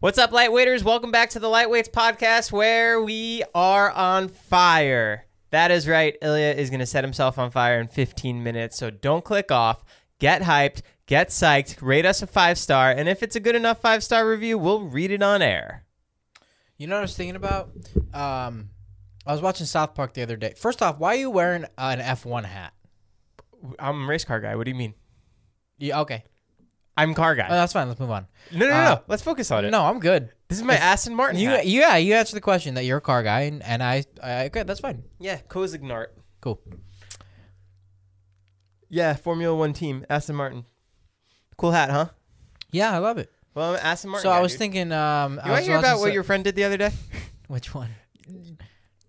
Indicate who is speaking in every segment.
Speaker 1: What's up, lightweighters? Welcome back to the Lightweights podcast where we are on fire. That is right. Ilya is going to set himself on fire in 15 minutes. So don't click off. Get hyped, get psyched, rate us a five star. And if it's a good enough five star review, we'll read it on air.
Speaker 2: You know what I was thinking about? Um, I was watching South Park the other day. First off, why are you wearing an F1 hat?
Speaker 1: I'm a race car guy. What do you mean?
Speaker 2: Yeah, okay.
Speaker 1: I'm car
Speaker 2: Oh,
Speaker 1: guy.
Speaker 2: that's fine. Let's move on.
Speaker 1: No, no, no.
Speaker 2: uh,
Speaker 1: no. Let's focus on it.
Speaker 2: No, I'm good.
Speaker 1: This is my Aston Martin.
Speaker 2: You,
Speaker 1: hat.
Speaker 2: yeah, you answered the question that you're a car guy, and, and I, I, okay, that's fine.
Speaker 1: yeah, Kozignart.
Speaker 2: Cool.
Speaker 1: Yeah, Formula One team, Aston Martin. Cool hat, huh?
Speaker 2: Yeah, I love it.
Speaker 1: Well, I'm an Aston Martin.
Speaker 2: so I
Speaker 1: guy,
Speaker 2: was
Speaker 1: dude.
Speaker 2: thinking, um,
Speaker 1: You
Speaker 2: I
Speaker 1: want
Speaker 2: was
Speaker 1: to hear about
Speaker 2: watching
Speaker 1: what
Speaker 2: so-
Speaker 1: your friend did the other day?
Speaker 2: which one?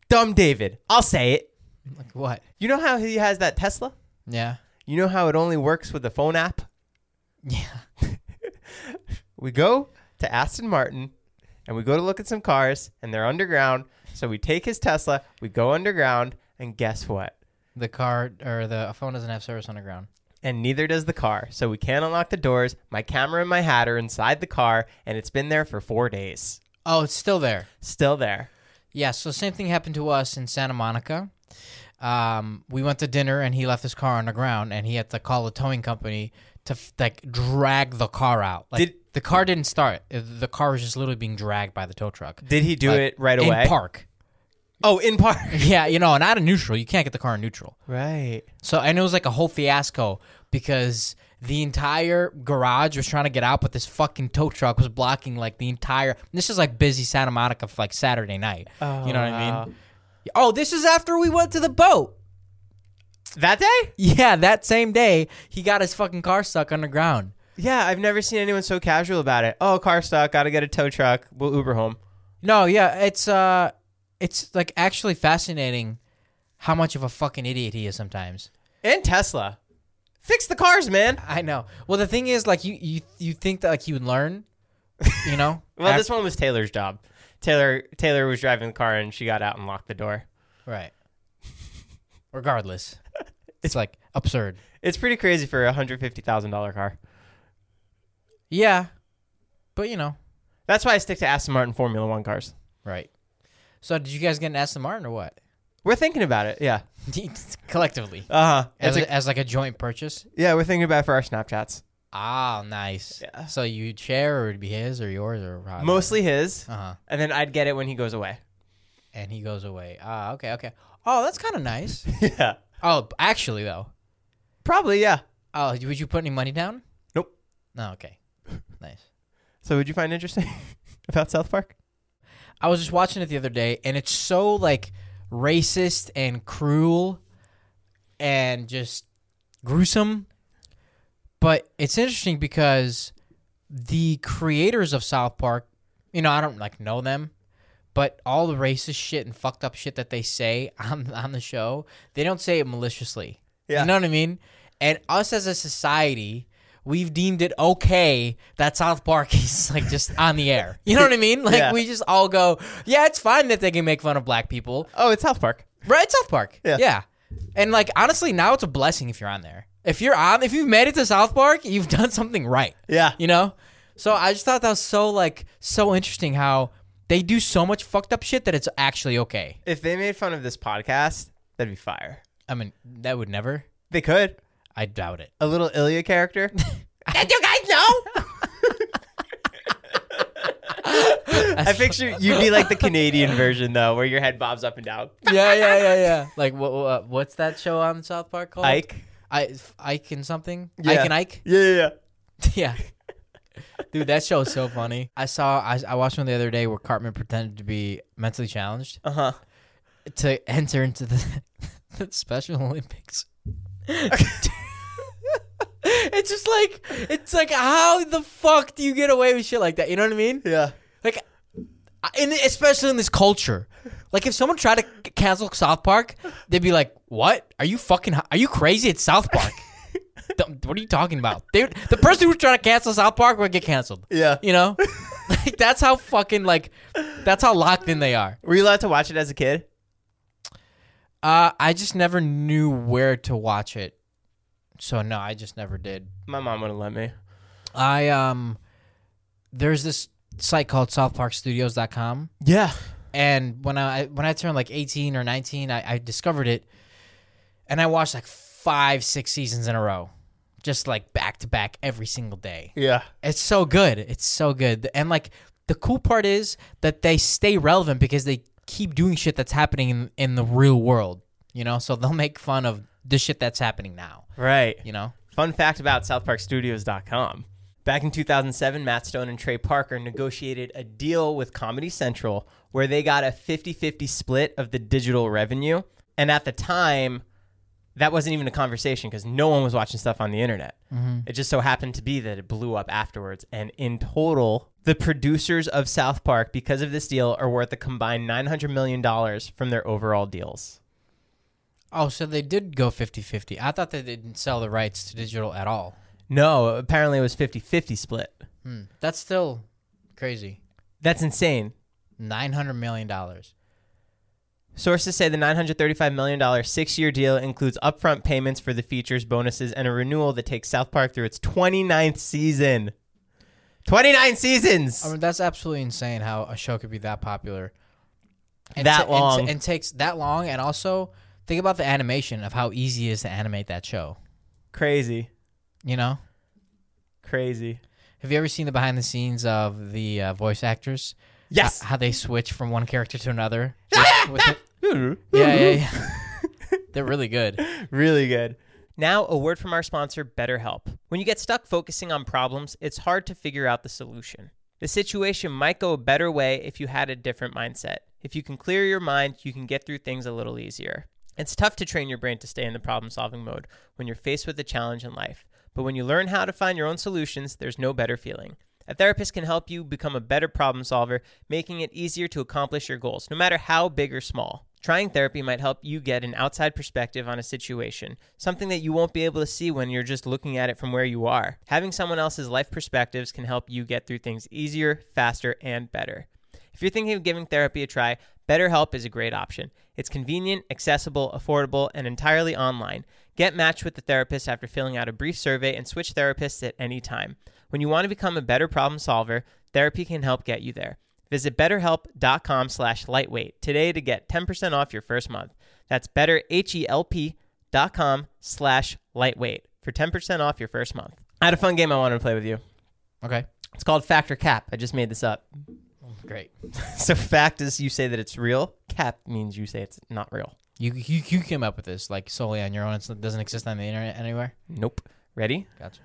Speaker 1: Dumb David. I'll say it.
Speaker 2: Like what?
Speaker 1: You know how he has that Tesla?
Speaker 2: Yeah,
Speaker 1: You know how it only works with the phone app?
Speaker 2: yeah.
Speaker 1: We go to Aston Martin and we go to look at some cars and they're underground. So we take his Tesla, we go underground, and guess what?
Speaker 2: The car or the phone doesn't have service underground.
Speaker 1: And neither does the car. So we can't unlock the doors. My camera and my hat are inside the car and it's been there for four days.
Speaker 2: Oh, it's still there.
Speaker 1: Still there.
Speaker 2: Yeah, so same thing happened to us in Santa Monica. Um, we went to dinner and he left his car on the ground and he had to call a towing company to f- like drag the car out. Like
Speaker 1: Did-
Speaker 2: the car didn't start. Uh, The car was just literally being dragged by the tow truck.
Speaker 1: Did he do
Speaker 2: Like,
Speaker 1: it right away?
Speaker 2: In park.
Speaker 1: Oh, in park.
Speaker 2: Yeah, you know, and out of neutral, you can't get the car in neutral.
Speaker 1: Right.
Speaker 2: So and it was like a whole fiasco because the entire garage was trying to get out, but this fucking tow truck was blocking like the entire. This is like busy Santa Monica for like Saturday night. you know what I mean? Oh, this is after we went to the boat.
Speaker 1: That day?
Speaker 2: Yeah, that same day he got his fucking car stuck on the ground.
Speaker 1: Yeah, I've never seen anyone so casual about it. Oh, car stuck. Got to get a tow truck. We'll Uber home.
Speaker 2: No, yeah, it's uh, it's like actually fascinating how much of a fucking idiot he is sometimes.
Speaker 1: And Tesla. Fix the cars, man.
Speaker 2: I know. Well, the thing is, like you you you think that like he would learn, you know?
Speaker 1: Well,
Speaker 2: Af-
Speaker 1: this one was Taylor's job. Taylor Taylor was driving the car and she got out and locked the door.
Speaker 2: Right. Regardless, it's like absurd.
Speaker 1: It's pretty crazy for a hundred fifty thousand dollar car.
Speaker 2: Yeah, but you know,
Speaker 1: That's why I stick to Aston Martin Formula One cars.
Speaker 2: right. So, did you guys get an Aston Martin or what?
Speaker 1: We're thinking about it. Yeah.
Speaker 2: Collectively,
Speaker 1: Uh huh.
Speaker 2: as, a, as like a joint purchase.
Speaker 1: yeah, we're thinking about it for our Snapchats.
Speaker 2: Ah, nice.
Speaker 1: Yeah.
Speaker 2: So you share, or it'd be his, or yours, or Rob's?
Speaker 1: Mostly his,
Speaker 2: Uh huh.
Speaker 1: and then I'd get it when he goes away.
Speaker 2: And he goes away. Ah, okay, okay. Oh, that's kind of nice.
Speaker 1: yeah.
Speaker 2: oh, actually though.
Speaker 1: Probably. Yeah.
Speaker 2: Oh, would you put any money down?
Speaker 1: Nope.
Speaker 2: No. okay. Nice.
Speaker 1: So, would you find interesting about South Park?
Speaker 2: I was just watching it the other day, and it's so like racist and cruel and just gruesome. But it's interesting because the creators of South Park, you know, I don't like know them, but all the racist shit and fucked up shit that they say on on the show, they don't say it maliciously.
Speaker 1: Yeah.
Speaker 2: You know what I mean? And us as a society, we've deemed it okay that South Park is like just on the air. You know what I mean? Like
Speaker 1: Yeah.
Speaker 2: we just all go, yeah, it's fine that they can make fun of black people.
Speaker 1: Oh, it's South Park.
Speaker 2: Right, South Park.
Speaker 1: Yeah.
Speaker 2: And like honestly, now it's a blessing if you're on there. If you're on if you've made it to South Park, you've done something right.
Speaker 1: Yeah.
Speaker 2: You know? So I just thought that was so like so interesting how they do so much fucked up shit that it's actually okay.
Speaker 1: If they made fun of this podcast, that'd be fire.
Speaker 2: I mean, that would never.
Speaker 1: They could.
Speaker 2: I doubt it.
Speaker 1: A little Ilya character.
Speaker 2: Did you guys know?
Speaker 1: I picture you'd be like the Canadian version though, where your head bobs up and down.
Speaker 2: yeah, yeah, yeah, yeah. Like what, what what's that show on South Park called?
Speaker 1: Ike.
Speaker 2: I Ike and something.
Speaker 1: Yeah.
Speaker 2: Ike and Ike.
Speaker 1: Yeah, yeah, yeah.
Speaker 2: yeah. Dude, that show is so funny. I saw I, I watched one the other day where Cartman pretended to be mentally challenged
Speaker 1: Uh huh.
Speaker 2: to enter into the, the Special Olympics. it's just like it's like how the fuck do you get away with shit like that? You know what I mean?
Speaker 1: Yeah.
Speaker 2: Like, I- in especially in this culture, like if someone tried to c- cancel South Park, they'd be like, "What? Are you fucking? Are you crazy? It's South Park. Don't- what are you talking about? They, the person who was trying to cancel South Park would get canceled.
Speaker 1: Yeah.
Speaker 2: you know, like that's how fucking like that's how locked in they are.
Speaker 1: Were you allowed to watch it as a kid?
Speaker 2: Uh, I just never knew where to watch it, so no, I just never did.
Speaker 1: My mom wouldn't let me.
Speaker 2: I um there's this site called southparkstudios.com
Speaker 1: Yeah.
Speaker 2: and when I when I turned like 18 or 19 I, I discovered it and I watched like 5 6 seasons in a row just like back to back every single day.
Speaker 1: Yeah.
Speaker 2: It's so good. It's so good. And like the cool part is that they stay relevant because they keep doing shit that's happening in, in the real world, you know? So they'll make fun of the shit that's happening now,
Speaker 1: Right.
Speaker 2: you know?
Speaker 1: Fun fact about SouthParkStudios.com. Back in 2007, Matt Stone and Trey Parker negotiated a deal with Comedy Central where they got a 50 50 split of the digital revenue. And at the time, that wasn't even a conversation because no one was watching stuff on the internet. It just so happened to be that it blew up afterwards. And in total, the producers of South Park, because of this deal, are worth a combined $900 million from their overall deals.
Speaker 2: Oh, so they did go 50-50. I thought they didn't sell the rights to digital at all.
Speaker 1: No, apparently it was 50 50 split.
Speaker 2: That's still crazy.
Speaker 1: That's insane.
Speaker 2: Nine hundred million dollars.
Speaker 1: Sources say the $935 million six year deal includes upfront payments for the features, bonuses, and a renewal that takes South Park through its 29th season. 29 seasons!
Speaker 2: I mean, that's absolutely insane. How a show could be that popular, and
Speaker 1: That
Speaker 2: ta- and,
Speaker 1: long.
Speaker 2: ta- and takes that long. And also, think about the animation of how easy it is to animate that show.
Speaker 1: crazy.
Speaker 2: You know,
Speaker 1: Crazy.
Speaker 2: have you ever seen the behind the scenes of the uh, voice actors?
Speaker 1: Yes!
Speaker 2: H- how they switch from one character to another. with- with the- yeah, yeah, yeah. They're really good.
Speaker 1: really good. Now, a word from our sponsor, BetterHelp. When you get stuck focusing on problems, it's hard to figure out the solution. The situation might go a better way if you had a different mindset. If you can clear your mind, you can get through things a little easier. It's tough to train your brain to stay in the problem solving mode when you're faced with a challenge in life. But when you learn how to find your own solutions, there's no better feeling. A therapist can help you become a better problem solver, making it easier to accomplish your goals, no matter how big or small. Trying therapy might help you get an outside perspective on a situation, something that you won't be able to see when you're just looking at it from where you are. Having someone else's life perspectives can help you get through things easier, faster, and better. If you're thinking of giving therapy a try, BetterHelp is a great option. It's convenient, accessible, affordable, and entirely online. Get matched with a therapist after filling out a brief survey and switch therapists at any time. When you want to become a better problem solver, therapy can help get you there. Visit betterhelp.com slash lightweight today to get 10% off your first month. That's betterhelp.com slash lightweight for 10% off your first month. I had a fun game I wanted to play with you.
Speaker 2: Okay,
Speaker 1: It's called Factor Cap. I just made this up.
Speaker 2: great.
Speaker 1: So fact is you say that it's real. Cap means you say it's not real.
Speaker 2: You you you came up with this like solely on your own. It's- It doesn't exist on the internet anywhere.
Speaker 1: Nope. Ready?
Speaker 2: Gotcha.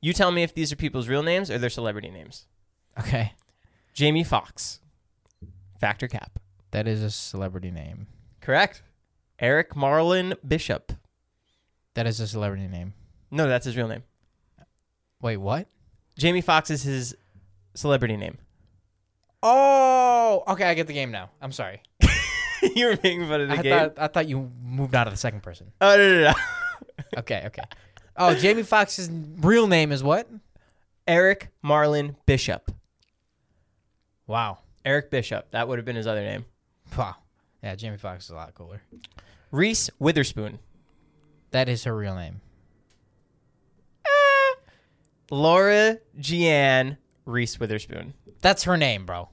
Speaker 1: You tell me if these are people's real names or their celebrity names.
Speaker 2: Okay.
Speaker 1: Jamie Foxx. Factor Cap.
Speaker 2: That is a celebrity name.
Speaker 1: Correct. Eric Marlin Bishop.
Speaker 2: That is a celebrity name.
Speaker 1: No, that's his real name.
Speaker 2: Wait, what?
Speaker 1: Jamie Foxx is his celebrity name.
Speaker 2: Oh, okay. I get the game now. I'm sorry.
Speaker 1: you were making fun of the
Speaker 2: I
Speaker 1: game.
Speaker 2: thought I thought you moved out of the second person.
Speaker 1: Oh no no no.
Speaker 2: Okay, okay. Oh, Jamie Foxx's real name is what?
Speaker 1: Eric Marlin Bishop.
Speaker 2: Wow.
Speaker 1: Eric Bishop. That would have been his other name.
Speaker 2: Wow. Yeah, Jamie Foxx is a lot cooler.
Speaker 1: Reese Witherspoon.
Speaker 2: That is her real name.
Speaker 1: Laura Jeanne Reese Witherspoon.
Speaker 2: That's her name, bro.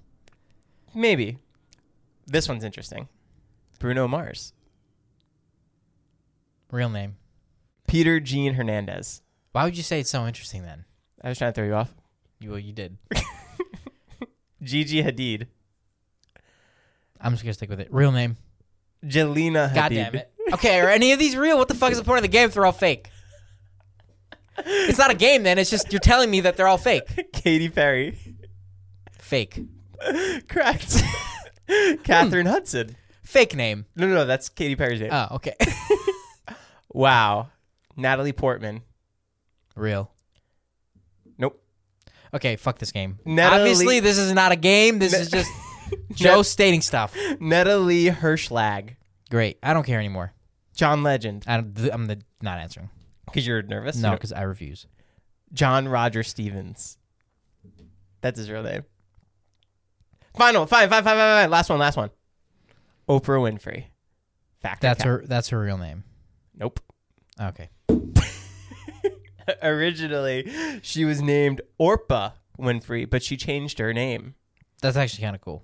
Speaker 1: Maybe. This one's interesting. Bruno Mars.
Speaker 2: Real name.
Speaker 1: Peter Gene Hernandez.
Speaker 2: Why would you say it's so interesting then?
Speaker 1: I was trying to throw you off.
Speaker 2: You well, you did.
Speaker 1: Gigi Hadid.
Speaker 2: I'm just gonna stick with it. Real name.
Speaker 1: Jelena Hadid.
Speaker 2: God damn it. Okay, are any of these real? What the fuck is the point of the game if they're all fake? It's not a game then, it's just you're telling me that they're all fake.
Speaker 1: Katy Perry.
Speaker 2: Fake.
Speaker 1: Correct. Catherine Hudson.
Speaker 2: Fake name.
Speaker 1: No, no, no, that's Katy Perry's name.
Speaker 2: Oh, okay.
Speaker 1: wow. Natalie Portman.
Speaker 2: real.
Speaker 1: Nope.
Speaker 2: Okay, fuck this game.
Speaker 1: Natalie-
Speaker 2: Obviously, this is not a game. This is just Joe stating stuff.
Speaker 1: Netta Lee Hirschlag,
Speaker 2: Great. I don't care anymore.
Speaker 1: John Legend,
Speaker 2: I don't, th- I'm the, not answering.
Speaker 1: because you're nervous.
Speaker 2: No,
Speaker 1: You don't-
Speaker 2: because I refuse.
Speaker 1: John Roger Stevens. That's his real name. Final, fine, fine, fine, fine, fine. Last one, last one. Oprah Winfrey. Fact. or
Speaker 2: That's
Speaker 1: cap?
Speaker 2: her. That's her real name.
Speaker 1: Nope.
Speaker 2: Okay.
Speaker 1: Originally, she was named Orpa Winfrey, but she changed her name.
Speaker 2: That's actually kind of cool.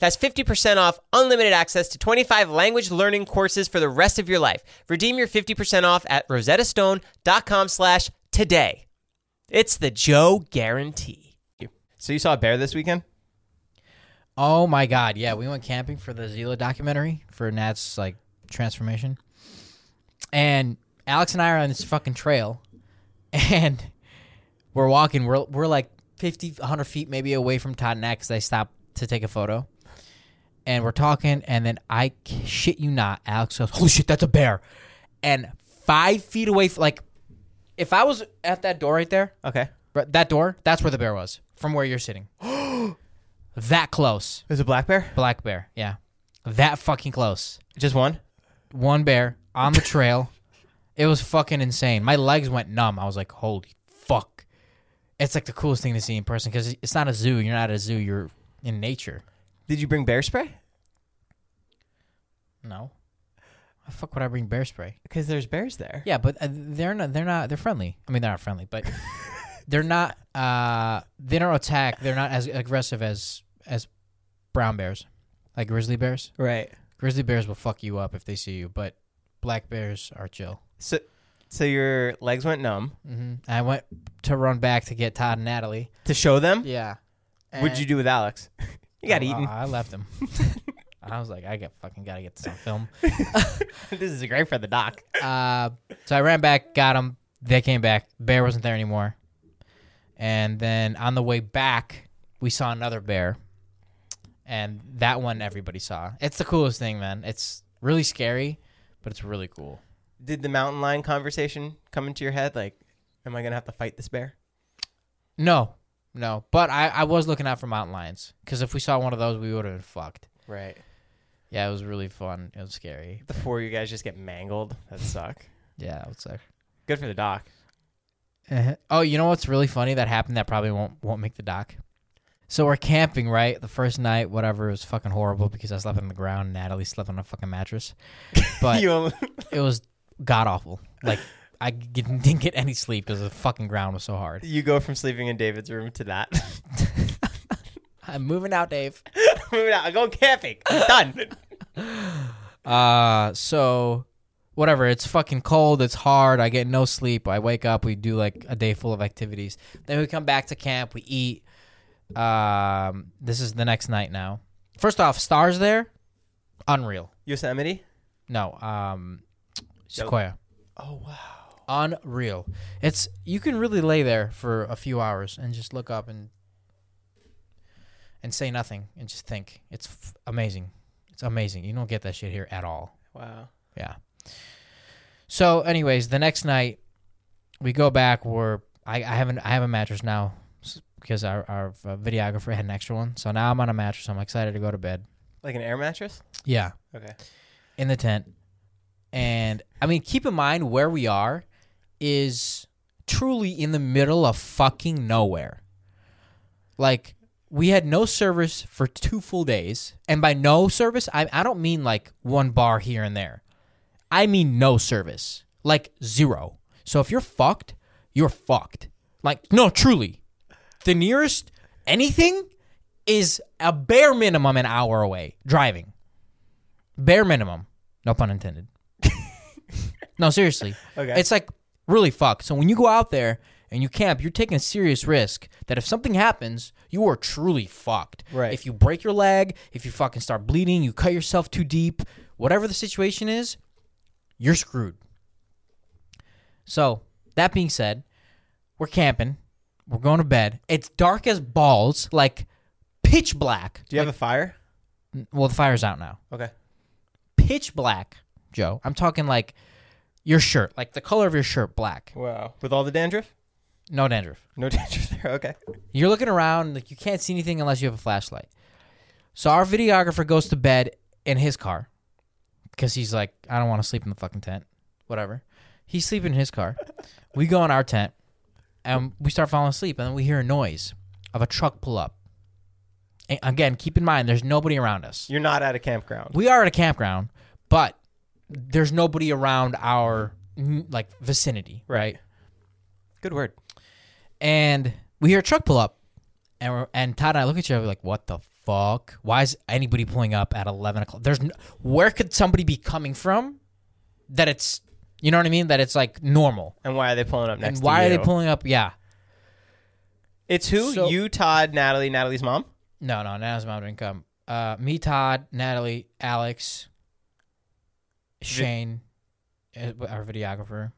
Speaker 1: That's 50% off unlimited access to 25 language learning courses for the rest of your life. Redeem your 50% off at rosettastone.com slash today. It's the Joe guarantee. So you saw a bear this weekend?
Speaker 2: Oh my god, yeah, we went camping for the Zila documentary for Nat's like transformation. And Alex and I are on this fucking trail and we're walking, we're we're like 50 100 feet maybe away from Todd and Nat cuz I stopped to take a photo. And we're talking and then I c- shit you not, Alex goes, "Holy shit, that's a bear." And 5 feet away f- like if I was at that door right there,
Speaker 1: Okay.
Speaker 2: right- that door, that's where the bear was from where you're sitting. that close.
Speaker 1: There's a black bear?
Speaker 2: Black bear, yeah. That fucking close.
Speaker 1: Just one?
Speaker 2: One bear on the trail. it was fucking insane. My legs went numb. I was like, holy fuck. It's like the coolest thing to see in person because it's not a zoo. You're not at a zoo. You're in nature.
Speaker 1: Did you bring bear spray?
Speaker 2: No. Why the fuck would I bring bear spray?
Speaker 1: Because there's bears there.
Speaker 2: Yeah, but uh, they're not. They're not. They're friendly. I mean, they're not friendly, but they're not. Uh, they don't attack. They're not as aggressive as as brown bears, like grizzly bears.
Speaker 1: Right.
Speaker 2: Grizzly bears will fuck you up if they see you, but black bears are chill.
Speaker 1: So so your legs went numb.
Speaker 2: hmm I went to run back to get Todd and Natalie.
Speaker 1: To show them?
Speaker 2: Yeah. Oh,
Speaker 1: What'd you do with Alex? you got eaten.
Speaker 2: I, left him. I was like, I got fucking gotta get this on film.
Speaker 1: this is great for the doc.
Speaker 2: Uh, so I ran back, got him. They came back. Bear wasn't there anymore. And then on the way back, we saw another bear, and that one everybody saw. It's the coolest thing, man. It's really scary, but it's really cool.
Speaker 1: Did the mountain lion conversation come into your head? Like, am I gonna have to fight this bear?
Speaker 2: No, no. But I, I was looking out for mountain lions because if we saw one of those, we would have been fucked.
Speaker 1: Right.
Speaker 2: Yeah, it was really fun. It was scary.
Speaker 1: The four of you guys just get mangled. That suck.
Speaker 2: Yeah, it was like.
Speaker 1: Good for the doc.
Speaker 2: Uh-huh. Oh, you know what's really funny that happened that probably won't won't make the doc. So we're camping, right? The first night, whatever, it was fucking horrible because I slept on the ground. and Natalie slept on a fucking mattress, but
Speaker 1: You only-
Speaker 2: it was god awful. Like I g- didn't get any sleep because the fucking ground was so hard.
Speaker 1: you go from sleeping in David's room to that.
Speaker 2: I'm moving out, Dave.
Speaker 1: Moving out. I'm going camping. I'm done.
Speaker 2: Uh, so whatever. It's fucking cold. It's hard. I get no sleep. I wake up. We do like a day full of activities. Then we come back to camp. We eat. Um, this is the next night now. First off, stars there, unreal.
Speaker 1: Yosemite.
Speaker 2: No, um, Sequoia,
Speaker 1: Oh wow.
Speaker 2: unreal. It's you can really lay there for a few hours and just look up and and say nothing and just think. It's f- amazing. It's amazing. You don't get that shit here at all.
Speaker 1: Wow.
Speaker 2: Yeah. So, anyways, the next night we go back. We're I, I haven't I have a mattress now s- because our our uh, videographer had an extra one. So now I'm on a mattress. I'm excited to go to bed.
Speaker 1: Like an air mattress.
Speaker 2: Yeah,
Speaker 1: Okay.
Speaker 2: in the tent, and I mean, keep in mind where we are is truly in the middle of fucking nowhere. Like we had no service for two full days, and by no service, I I don't mean like one bar here and there. I mean no service, like zero. So if you're fucked, you're fucked. Like no, truly, the nearest anything is a bare minimum an hour away driving. Bare minimum, no pun intended. no, seriously,
Speaker 1: Okay.
Speaker 2: it's like really fucked. So when you go out there and you camp, you're taking a serious risk that if something happens, you are truly fucked.
Speaker 1: Right.
Speaker 2: If you break your leg, if you fucking start bleeding, you cut yourself too deep, whatever the situation is, you're screwed. So, that being said, we're camping. We're going to bed. It's dark as balls, like pitch black.
Speaker 1: Do you have a fire?
Speaker 2: Well, the fire's out now.
Speaker 1: Okay.
Speaker 2: Pitch black, Joe. I'm talking like your shirt, like the color of your shirt, black.
Speaker 1: Wow. With all the dandruff?
Speaker 2: No dandruff.
Speaker 1: No dandruff there. Okay.
Speaker 2: You're looking around, like you can't see anything unless you have a flashlight. So our videographer goes to bed in his car because he's like, I don't want to sleep in the fucking tent. Whatever. He's sleeping in his car. We go in our tent and we start falling asleep, and then we hear a noise of a truck pull up. And again, keep in mind, there's nobody around us.
Speaker 1: You're not at a campground.
Speaker 2: We are at a campground, but there's nobody around our mm, like vicinity, right?
Speaker 1: Good word.
Speaker 2: and we hear a truck pull up, and we're, and Todd and I look at each other like, "What the fuck? Why is anybody pulling up at eleven o'clock? There's n where could somebody be coming from that it's you know what I mean? That it's like normal,
Speaker 1: And why are they pulling up next?
Speaker 2: and why
Speaker 1: to
Speaker 2: are they
Speaker 1: you?
Speaker 2: pulling up? Yeah,
Speaker 1: It's who?
Speaker 2: So-
Speaker 1: you, Todd, Natalie, Natalie's mom.
Speaker 2: no, no, Natalie's mom didn't come. Uh, me, Todd, Natalie, Alex, Shane, uh, our videographer.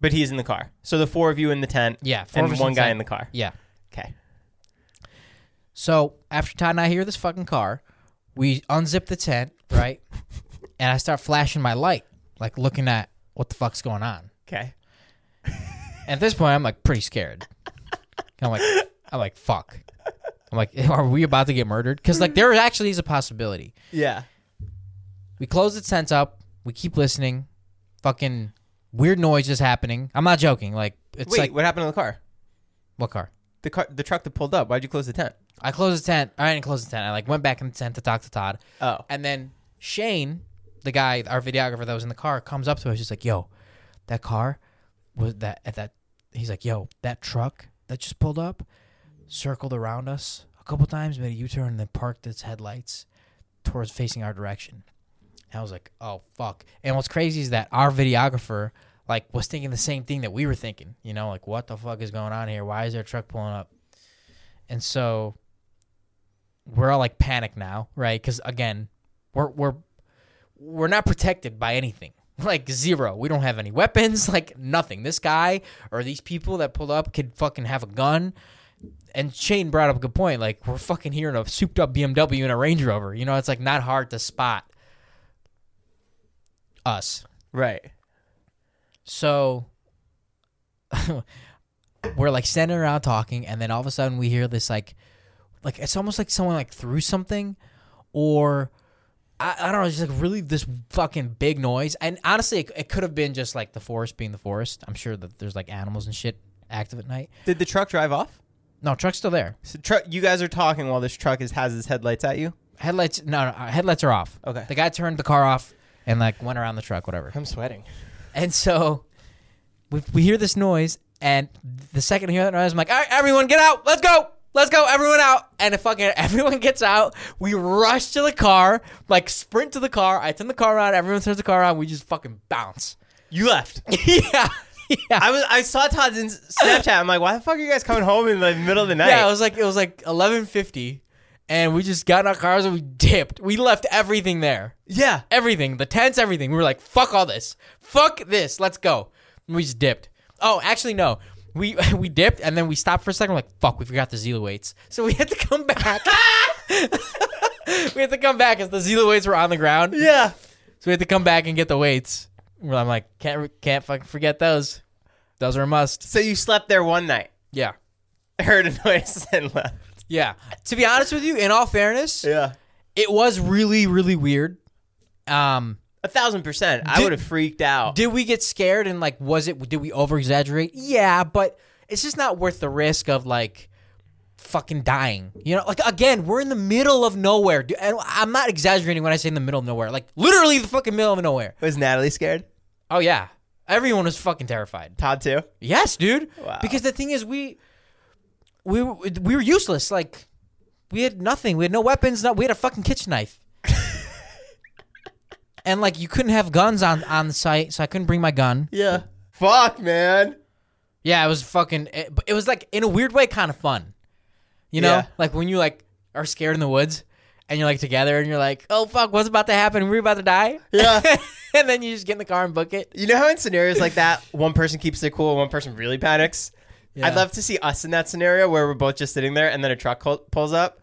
Speaker 1: But he's in the car. So the four of you in the tent.
Speaker 2: Yeah, four of
Speaker 1: And
Speaker 2: us
Speaker 1: one guy
Speaker 2: inside.
Speaker 1: in the car.
Speaker 2: Yeah.
Speaker 1: Okay.
Speaker 2: So after Todd and I hear this fucking car, we unzip the tent, right? and I start flashing my light, like looking at what the fuck's going on.
Speaker 1: Okay.
Speaker 2: And at this point, I'm like pretty scared. I'm like, I'm like, fuck. I'm like, are we about to get murdered? Because like there actually is a possibility.
Speaker 1: Yeah.
Speaker 2: We close the tent up. We keep listening. Fucking weird noises happening. I'm not joking. Like it's
Speaker 1: Wait,
Speaker 2: like
Speaker 1: what happened to the car?
Speaker 2: what car?
Speaker 1: The car, the truck that pulled up. Why'd you close the tent?
Speaker 2: I closed the tent. I didn't close the tent. I like went back in the tent to talk to Todd.
Speaker 1: Oh.
Speaker 2: And then Shane, the guy, our videographer that was in the car, comes up to us. He's like, "Yo, that car was that at that." He's like, "Yo, that truck that just pulled up, circled around us a couple times, made a U-turn, and then parked its headlights towards facing our direction." And I was like, "Oh fuck!" And what's crazy is that our videographer like was thinking the same thing that we were thinking. You know, like, "What the fuck is going on here? Why is there a truck pulling up?" And so we're all like panicked now, right? Because again, we're we're we're not protected by anything. Like zero. We don't have any weapons, like nothing. This guy or these people that pulled up could fucking have a gun. And Shane brought up a good point. Like we're fucking here in a souped up BMW and a Range Rover. You know, it's like not hard to spot us.
Speaker 1: Right.
Speaker 2: So we're like standing around talking, and then all of a sudden we hear this like, like it's almost like someone like threw something, or I, I don't know, just like really this fucking big noise. And honestly, it, it could have been just like the forest being the forest. I'm sure that there's like animals and shit active at night.
Speaker 1: Did the truck drive off?
Speaker 2: No, truck's still there.
Speaker 1: So truck, you guys are talking while this truck is, has its headlights at you.
Speaker 2: Headlights, no, no, uh, headlights are off.
Speaker 1: Okay.
Speaker 2: The guy turned the car off and like went around the truck, whatever.
Speaker 1: I'm sweating.
Speaker 2: And so we, we hear this noise, and the second I hear that noise, I'm like, all right, everyone get out. Let's go. Let's go, everyone out. And if fucking everyone gets out, we rush to the car, like sprint to the car. I turn the car around, everyone turns the car around, we just fucking bounce.
Speaker 1: You left.
Speaker 2: yeah. Yeah.
Speaker 1: I was. I saw Todd's in Snapchat. I'm like, why the fuck are you guys coming home in the middle of the night?
Speaker 2: Yeah, it was like it was like eleven fifty and we just got in our cars and we dipped. We left everything there.
Speaker 1: yeah.
Speaker 2: everything, the tents, everything. We were like, fuck all this. Fuck this. Let's go. And we just dipped. Oh, actually, no. We we dipped and then we stopped for a second. We're like, fuck, we forgot the Zila weights. So we had to come back. we had to come back as the Zila weights were on the ground.
Speaker 1: Yeah.
Speaker 2: So we had to come back and get the weights. Well, I'm like, can't can't fucking forget those. Those are a must.
Speaker 1: So you slept there one night,
Speaker 2: Yeah.
Speaker 1: heard a noise, and left.
Speaker 2: Yeah. To be honest with you, in all fairness,
Speaker 1: Yeah.
Speaker 2: it was really, really weird. Um,
Speaker 1: A thousand percent. I
Speaker 2: Did-
Speaker 1: would have freaked out.
Speaker 2: Did we get scared and like was it did we over exaggerate? Yeah, but it's just not worth the risk of like fucking dying. You know, like again, we're in the middle of nowhere. dude. And I'm not exaggerating when I say in the middle of nowhere. Like literally the fucking middle of nowhere.
Speaker 1: was Natalie scared?
Speaker 2: Oh yeah. Everyone was fucking terrified.
Speaker 1: Todd too.
Speaker 2: Yes, dude.
Speaker 1: Wow.
Speaker 2: Because the thing is, we we we were useless. Like we had nothing. We had no weapons. No, we had a fucking kitchen knife. and like you couldn't have guns on on site, so I couldn't bring my gun.
Speaker 1: Yeah. Fuck, man.
Speaker 2: Yeah, it was fucking. It, but it was like in a weird way, kind of fun. You know,
Speaker 1: Yeah.
Speaker 2: like when you like are scared in the woods and you're like together and you're like, oh fuck, what's about to happen? We're about to die.
Speaker 1: Yeah.
Speaker 2: and then you just get in the car and book it.
Speaker 1: You know how in scenarios like that, one person keeps their cool and one person really panics? I'd love to see us in that scenario where we're both just sitting there and then a truck col- pulls up.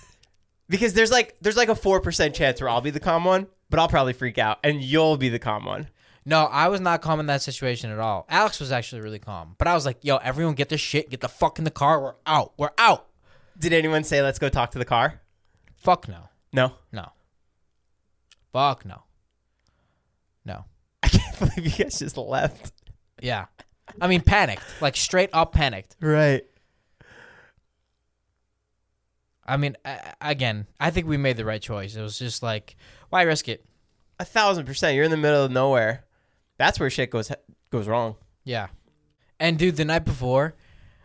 Speaker 1: because there's like there's like a 4% chance where I'll be the calm one, but I'll probably freak out and you'll be the calm one.
Speaker 2: No, I was not calm in that situation at all. Alex was actually really calm, but I was like, yo, everyone, get the shit, get the fuck in the car. We're out. We're out.
Speaker 1: Did anyone say let's go talk to the car?
Speaker 2: Fuck no,
Speaker 1: No.
Speaker 2: no. Fuck no, no.
Speaker 1: I can't believe you guys just left.
Speaker 2: Yeah, I mean panicked, like straight up panicked.
Speaker 1: Right.
Speaker 2: I mean, I, again, I think we made the right choice. It was just like, why risk it?
Speaker 1: A thousand percent. You're in the middle of nowhere. That's where shit goes goes wrong.
Speaker 2: Yeah. And dude, the night before,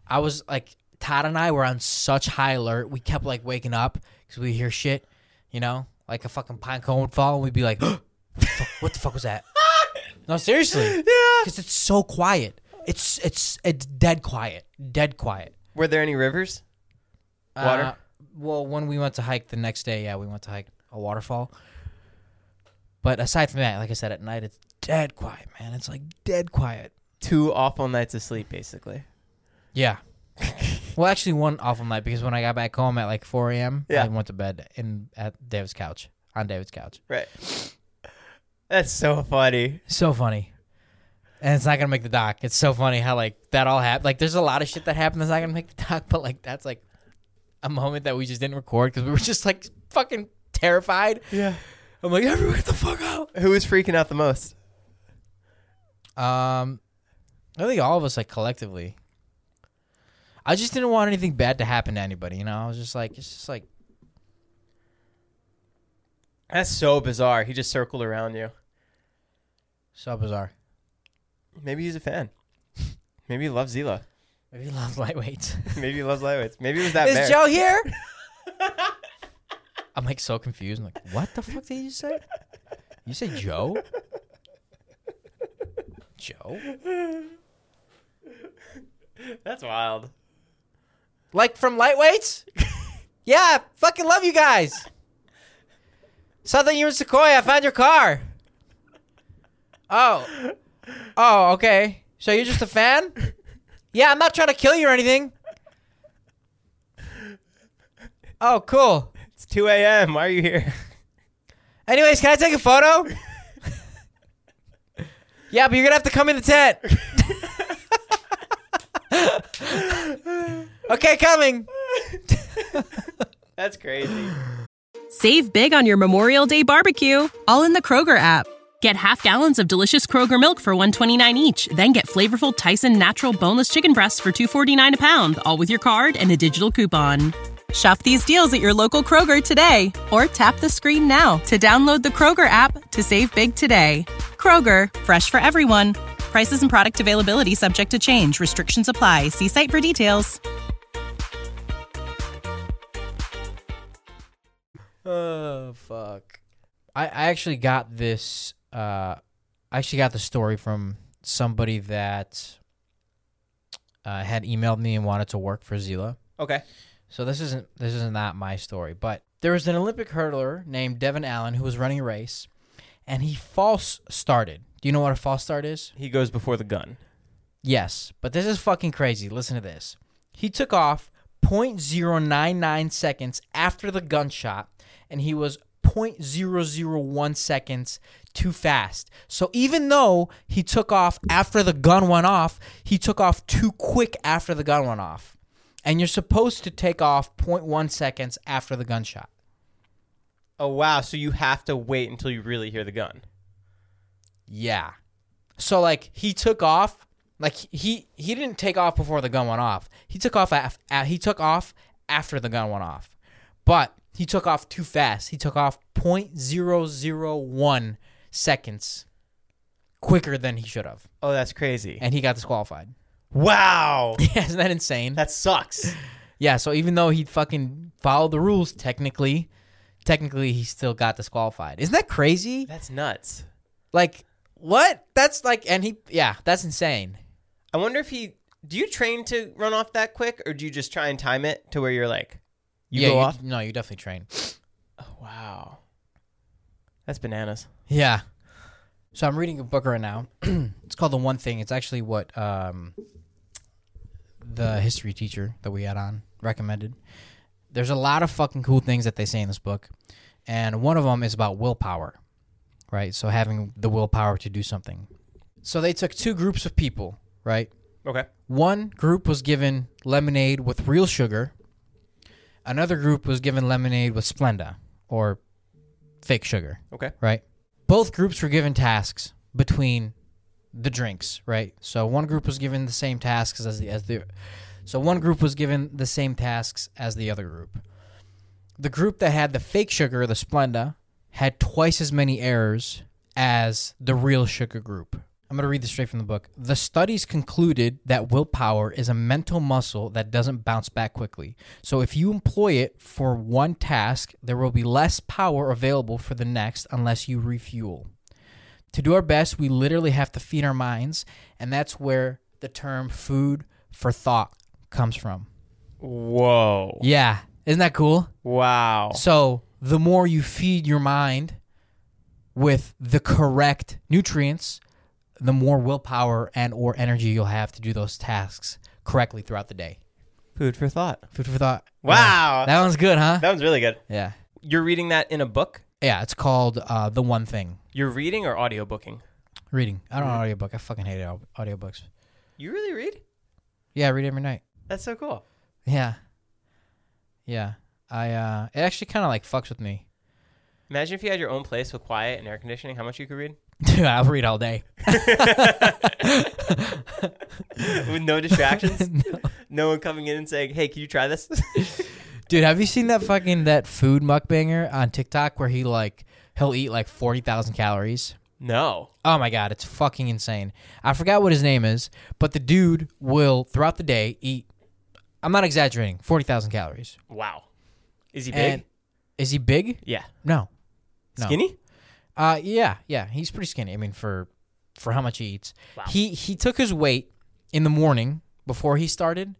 Speaker 2: I was like, Todd and I were on such high alert. We kept like waking up because we hear shit, you know, like a fucking pine cone would fall, and we'd be like, what, the fuck, what the fuck was that? no, seriously. Yeah. Because it's so quiet. It's it's it's dead quiet, dead quiet.
Speaker 1: Were there any rivers? Water?
Speaker 2: Uh, well, when we went to hike the next day, yeah, we went to hike a waterfall. But aside from that, like I said, at night it's dead quiet, man. It's like dead quiet.
Speaker 1: Two awful nights of sleep, basically.
Speaker 2: Yeah. well, actually, one awful night because when I got back home at like 4 a.m.,
Speaker 1: Yeah.
Speaker 2: I went to bed in at David's couch on David's couch.
Speaker 1: Right. That's so funny.
Speaker 2: So funny. And it's not gonna make the doc. It's so funny how like that all happened. Like there's a lot of shit that happened that's not gonna make the doc, but like that's like a moment that we just didn't record because we were just like fucking terrified.
Speaker 1: Yeah.
Speaker 2: I'm like, everyone, get the fuck out.
Speaker 1: Who was freaking out the most?
Speaker 2: Um, I think all of us like collectively. I just didn't want anything bad to happen to anybody. You know, I was just like, it's just like,
Speaker 1: That's so bizarre. He just circled around you.
Speaker 2: so bizarre.
Speaker 1: Maybe he's a fan. Maybe he loves Zila.
Speaker 2: Maybe you love lightweights.
Speaker 1: Maybe he loves lightweights. Maybe it was that bear.
Speaker 2: Is Joe here? I'm like so confused. I'm like, what the fuck did you say? You said Joe? Joe?
Speaker 1: That's wild.
Speaker 2: Like from lightweights? yeah, fucking love you guys. Southern Union Sequoia, I found your car. Oh. Oh, okay. So you're just a fan? Yeah, I'm not trying to kill you or anything. Oh, cool.
Speaker 1: It's 2 a.m. Why are you here?
Speaker 2: Anyways, can I take a photo? yeah, but you're gonna have to come in the tent. okay, coming.
Speaker 1: That's crazy.
Speaker 3: Save big on your Memorial Day barbecue, all in the Kroger app. Get half gallons of delicious Kroger milk for 129 each, then get flavorful Tyson natural boneless chicken breasts for 249 a pound, all with your card and a digital coupon. Shop these deals at your local Kroger today or tap the screen now to download the Kroger app to save big today. Kroger, fresh for everyone. Prices and product availability subject to change. Restrictions apply. See site for details.
Speaker 2: Oh fuck! I, I actually got this. Uh, I actually got the story from somebody that uh, had emailed me and wanted to work for Zila.
Speaker 1: Okay.
Speaker 2: So this isn't this isn't not my story, but there was an Olympic hurdler named Devin Allen who was running a race, and he false started. Do you know what a false start is?
Speaker 1: He goes before the gun.
Speaker 2: Yes, but this is fucking crazy. Listen to this. He took off 0.099 seconds after the gunshot, and he was 0.001 seconds too fast. So even though he took off after the gun went off, he took off too quick after the gun went off. And you're supposed to take off 0.1 seconds after the gunshot.
Speaker 1: Oh wow! So you have to wait until you really hear the gun.
Speaker 2: Yeah. So like he took off, like he he didn't take off before the gun went off. He took off af- a- he took off after the gun went off. But he took off too fast. He took off 0.001 seconds quicker than he should have.
Speaker 1: Oh, that's crazy.
Speaker 2: And he got disqualified.
Speaker 1: wow,
Speaker 2: Yeah, isn't that insane?
Speaker 1: that sucks.
Speaker 2: Yeah, so even though he fucking followed the rules technically, technically he still got disqualified. Isn't that crazy?
Speaker 1: That's nuts.
Speaker 2: Like what? That's like and he yeah, that's insane.
Speaker 1: I wonder if he. Do you train to run off that quick, or do you just try and time it to where you're like, you
Speaker 2: yeah,
Speaker 1: go off?
Speaker 2: No, you definitely train.
Speaker 1: Oh, wow, that's bananas.
Speaker 2: Yeah. So I'm reading a book right now. it's called The One Thing. It's actually what um, the history teacher that we had on recommended. There's a lot of fucking cool things that they say in this book, and one of them is about willpower, right? So having the willpower to do something. So they took two groups of people, right?
Speaker 1: Okay.
Speaker 2: One group was given lemonade with real sugar. Another group was given lemonade with Splenda or fake sugar
Speaker 1: Okay.
Speaker 2: right? Both groups were given tasks between the drinks, right? So one group was given the same tasks as the as the so one group was given the same tasks as the other group. The group that had the fake sugar, the Splenda, had twice as many errors as the real sugar group. I'm going to read this straight from the book. The studies concluded that willpower is a mental muscle that doesn't bounce back quickly. So if you employ it for one task, there will be less power available for the next unless you refuel. To do our best, we literally have to feed our minds, and that's where the term food for thought comes from.
Speaker 1: Whoa.
Speaker 2: Yeah, isn't that cool?
Speaker 1: Wow.
Speaker 2: So the more you feed your mind with the correct nutrients, the more willpower and or energy you'll have to do those tasks correctly throughout the day.
Speaker 1: Food for thought.
Speaker 2: Food for thought.
Speaker 1: Wow.
Speaker 2: that one's good, huh?
Speaker 1: That one's really good.
Speaker 2: yeah.
Speaker 1: You're reading that in a book?
Speaker 2: Yeah, it's called uh, The One Thing.
Speaker 1: You're reading or audiobooking?
Speaker 2: Reading. I don't know
Speaker 1: Mm-hmm.
Speaker 2: audiobook. I fucking hate au- audiobooks.
Speaker 1: You really read?
Speaker 2: Yeah, I read every night.
Speaker 1: That's so cool.
Speaker 2: Yeah. Yeah. I uh it actually kind of like fucks with me.
Speaker 1: Imagine if you had your own place with quiet and air conditioning, how much you could read?
Speaker 2: Dude, I'll read all day.
Speaker 1: With no distractions? no. one coming in and saying, hey, can you try this?
Speaker 2: Dude, have you seen that fucking that food mukbanger on TikTok where he like he'll eat like 40,000 calories?
Speaker 1: no.
Speaker 2: Oh my god, it's fucking insane. I forgot what his name is, but the dude will throughout the day eat I'm not exaggerating, 40,000 calories.
Speaker 1: Wow. Is he big?
Speaker 2: And is he big?
Speaker 1: yeah.
Speaker 2: No. No.
Speaker 1: Skinny?
Speaker 2: Uh, yeah, yeah, he's pretty skinny. I mean, for for how much he eats,
Speaker 1: Wow.
Speaker 2: he he took his weight in the morning before he started.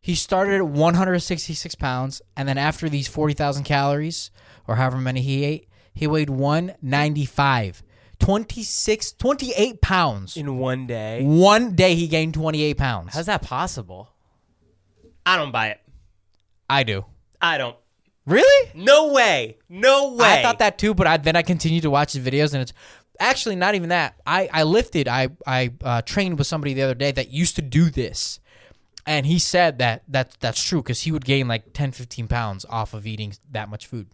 Speaker 2: He started at 166 pounds, and then after these 40,000 calories or however many he ate, he weighed 195, 26, 28 pounds.
Speaker 1: In one day?
Speaker 2: One day he gained 28 pounds.
Speaker 1: How's that possible? I don't buy it.
Speaker 2: I do.
Speaker 1: I don't.
Speaker 2: Really?
Speaker 1: No way. No way.
Speaker 2: I thought that too, but I, then I continued to watch his videos, and it's actually not even that. I, I lifted, I I uh, trained with somebody the other day that used to do this, and he said that that that's true because he would gain like 10, 15 pounds off of eating that much food.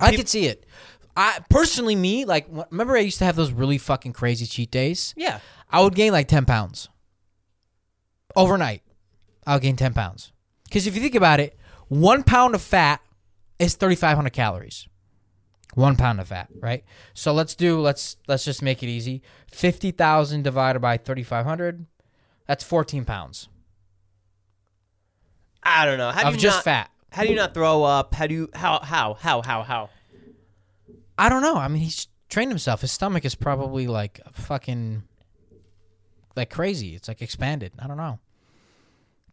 Speaker 2: I could see it. I personally, me like wh- remember I used to have those really fucking crazy cheat days.
Speaker 1: Yeah.
Speaker 2: I would gain like ten pounds overnight. I'll gain ten pounds because if you think about it, one pound of fat is thirty five hundred calories. One pound of fat, right? So let's do let's let's just make it easy. Fifty thousand divided by thirty five hundred. That's fourteen pounds
Speaker 1: I don't know. How do
Speaker 2: of
Speaker 1: you
Speaker 2: just
Speaker 1: not,
Speaker 2: fat.
Speaker 1: How do you not throw up? How do you how how how how how?
Speaker 2: I don't know. I mean, he's trained himself. His stomach is probably like fucking like crazy. It's like expanded. I don't know.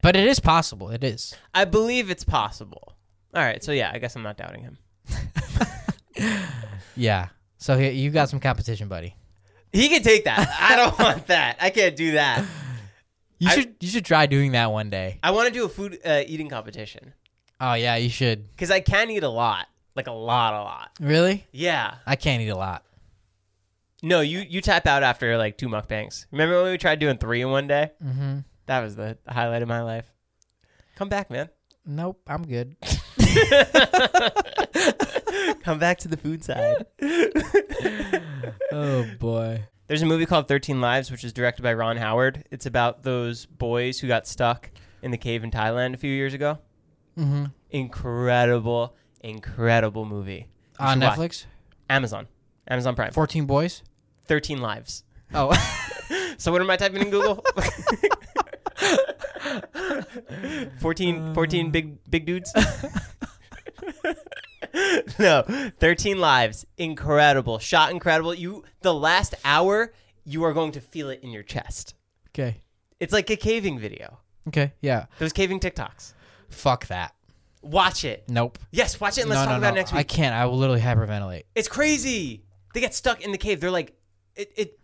Speaker 2: But it is possible. It is.
Speaker 1: I believe it's possible. All right, so yeah, I guess I'm not doubting him.
Speaker 2: Yeah. So he- you got some competition, buddy.
Speaker 1: He can take that. I don't want that. I can't do that.
Speaker 2: You
Speaker 1: I-
Speaker 2: should you should try doing that one day.
Speaker 1: I want to do a food uh, eating competition
Speaker 2: Oh yeah, you should.
Speaker 1: because I can eat a lot, like a lot, a lot.
Speaker 2: Really?
Speaker 1: Yeah.
Speaker 2: I can't eat a lot.
Speaker 1: No, you you tap out after like two mukbangs. Remember when we tried doing three in one day?
Speaker 2: Mm-hmm.
Speaker 1: That was the highlight of my life. Come back, man.
Speaker 2: Nope, I'm good.
Speaker 1: Come back to the food side.
Speaker 2: oh boy.
Speaker 1: There's a movie called 13 Lives, which is directed by Ron Howard. It's about those boys who got stuck in the cave in Thailand a few years ago.
Speaker 2: Mm-hmm.
Speaker 1: Incredible, incredible movie. You
Speaker 2: On
Speaker 1: should watch.
Speaker 2: Netflix,
Speaker 1: Amazon. Amazon Prime.
Speaker 2: fourteen boys.
Speaker 1: 13 Lives.
Speaker 2: Oh,
Speaker 1: So what am I typing in Google? 14, 14 big big dudes. no, 13 lives. Incredible. Shot incredible. You the last hour, you are going to feel it in your chest.
Speaker 2: okay,
Speaker 1: It's like a caving video.
Speaker 2: okay, yeah.
Speaker 1: Those caving TikToks.
Speaker 2: Fuck that.
Speaker 1: Watch it.
Speaker 2: Nope.
Speaker 1: Yes, watch it and let's
Speaker 2: no,
Speaker 1: talk
Speaker 2: no,
Speaker 1: about
Speaker 2: no.
Speaker 1: it next
Speaker 2: I
Speaker 1: week.
Speaker 2: can't. I will literally hyperventilate.
Speaker 1: It's crazy. They get stuck in the cave. They're like it it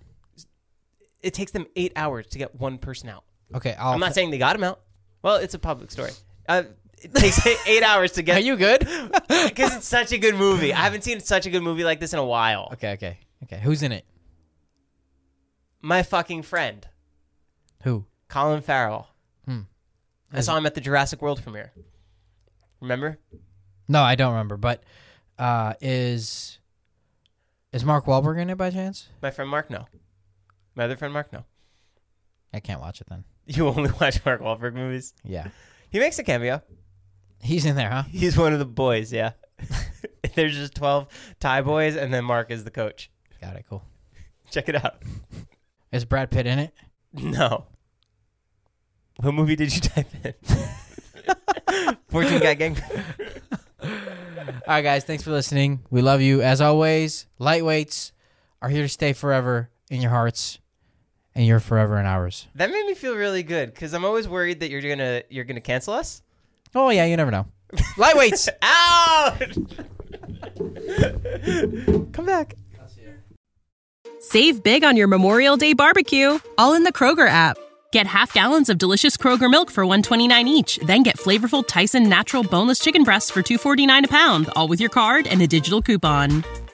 Speaker 1: it takes them 8 hours to get one person out.
Speaker 2: Okay, I'll.
Speaker 1: I'm not saying they got him out. Well, it's a public story. Uh, it takes eight, eight hours to
Speaker 2: Are
Speaker 1: get
Speaker 2: you good?
Speaker 1: because it's such a good movie. I haven't seen such a good movie like this in a while.
Speaker 2: okay, okay, okay. Who's in it?
Speaker 1: My fucking friend,
Speaker 2: Who?
Speaker 1: Colin Farrell.
Speaker 2: Hmm.
Speaker 1: I saw him at the Jurassic World premiere. Remember?
Speaker 2: No, I don't remember. But uh, is is Mark Wahlberg in it by chance?
Speaker 1: My friend Mark, no. My other friend Mark, no.
Speaker 2: I can't watch it then.
Speaker 1: You only watch Mark Wahlberg movies.
Speaker 2: Yeah,
Speaker 1: He makes a cameo.
Speaker 2: he's in there, huh?
Speaker 1: He's one of the boys, yeah. There's just 12 Thai boys, and then Mark is the coach.
Speaker 2: Got it. Cool.
Speaker 1: Check it out.
Speaker 2: Is Brad Pitt in it?
Speaker 1: No. What movie did you type in? 14 Guy Gang.
Speaker 2: All right, guys. Thanks for listening. We love you as always. Lightweights are here to stay forever in your hearts, and you're forever in ours.
Speaker 1: That made me feel really good because I'm always worried that you're gonna you're gonna cancel us.
Speaker 2: Oh yeah, you never know. Lightweights.
Speaker 1: Out. Come back.
Speaker 3: Save big on your Memorial Day barbecue, all in the Kroger app. Get half gallons of delicious Kroger milk for 129 each, then get flavorful Tyson natural boneless chicken breasts for 249 a pound, all with your card and a digital coupon.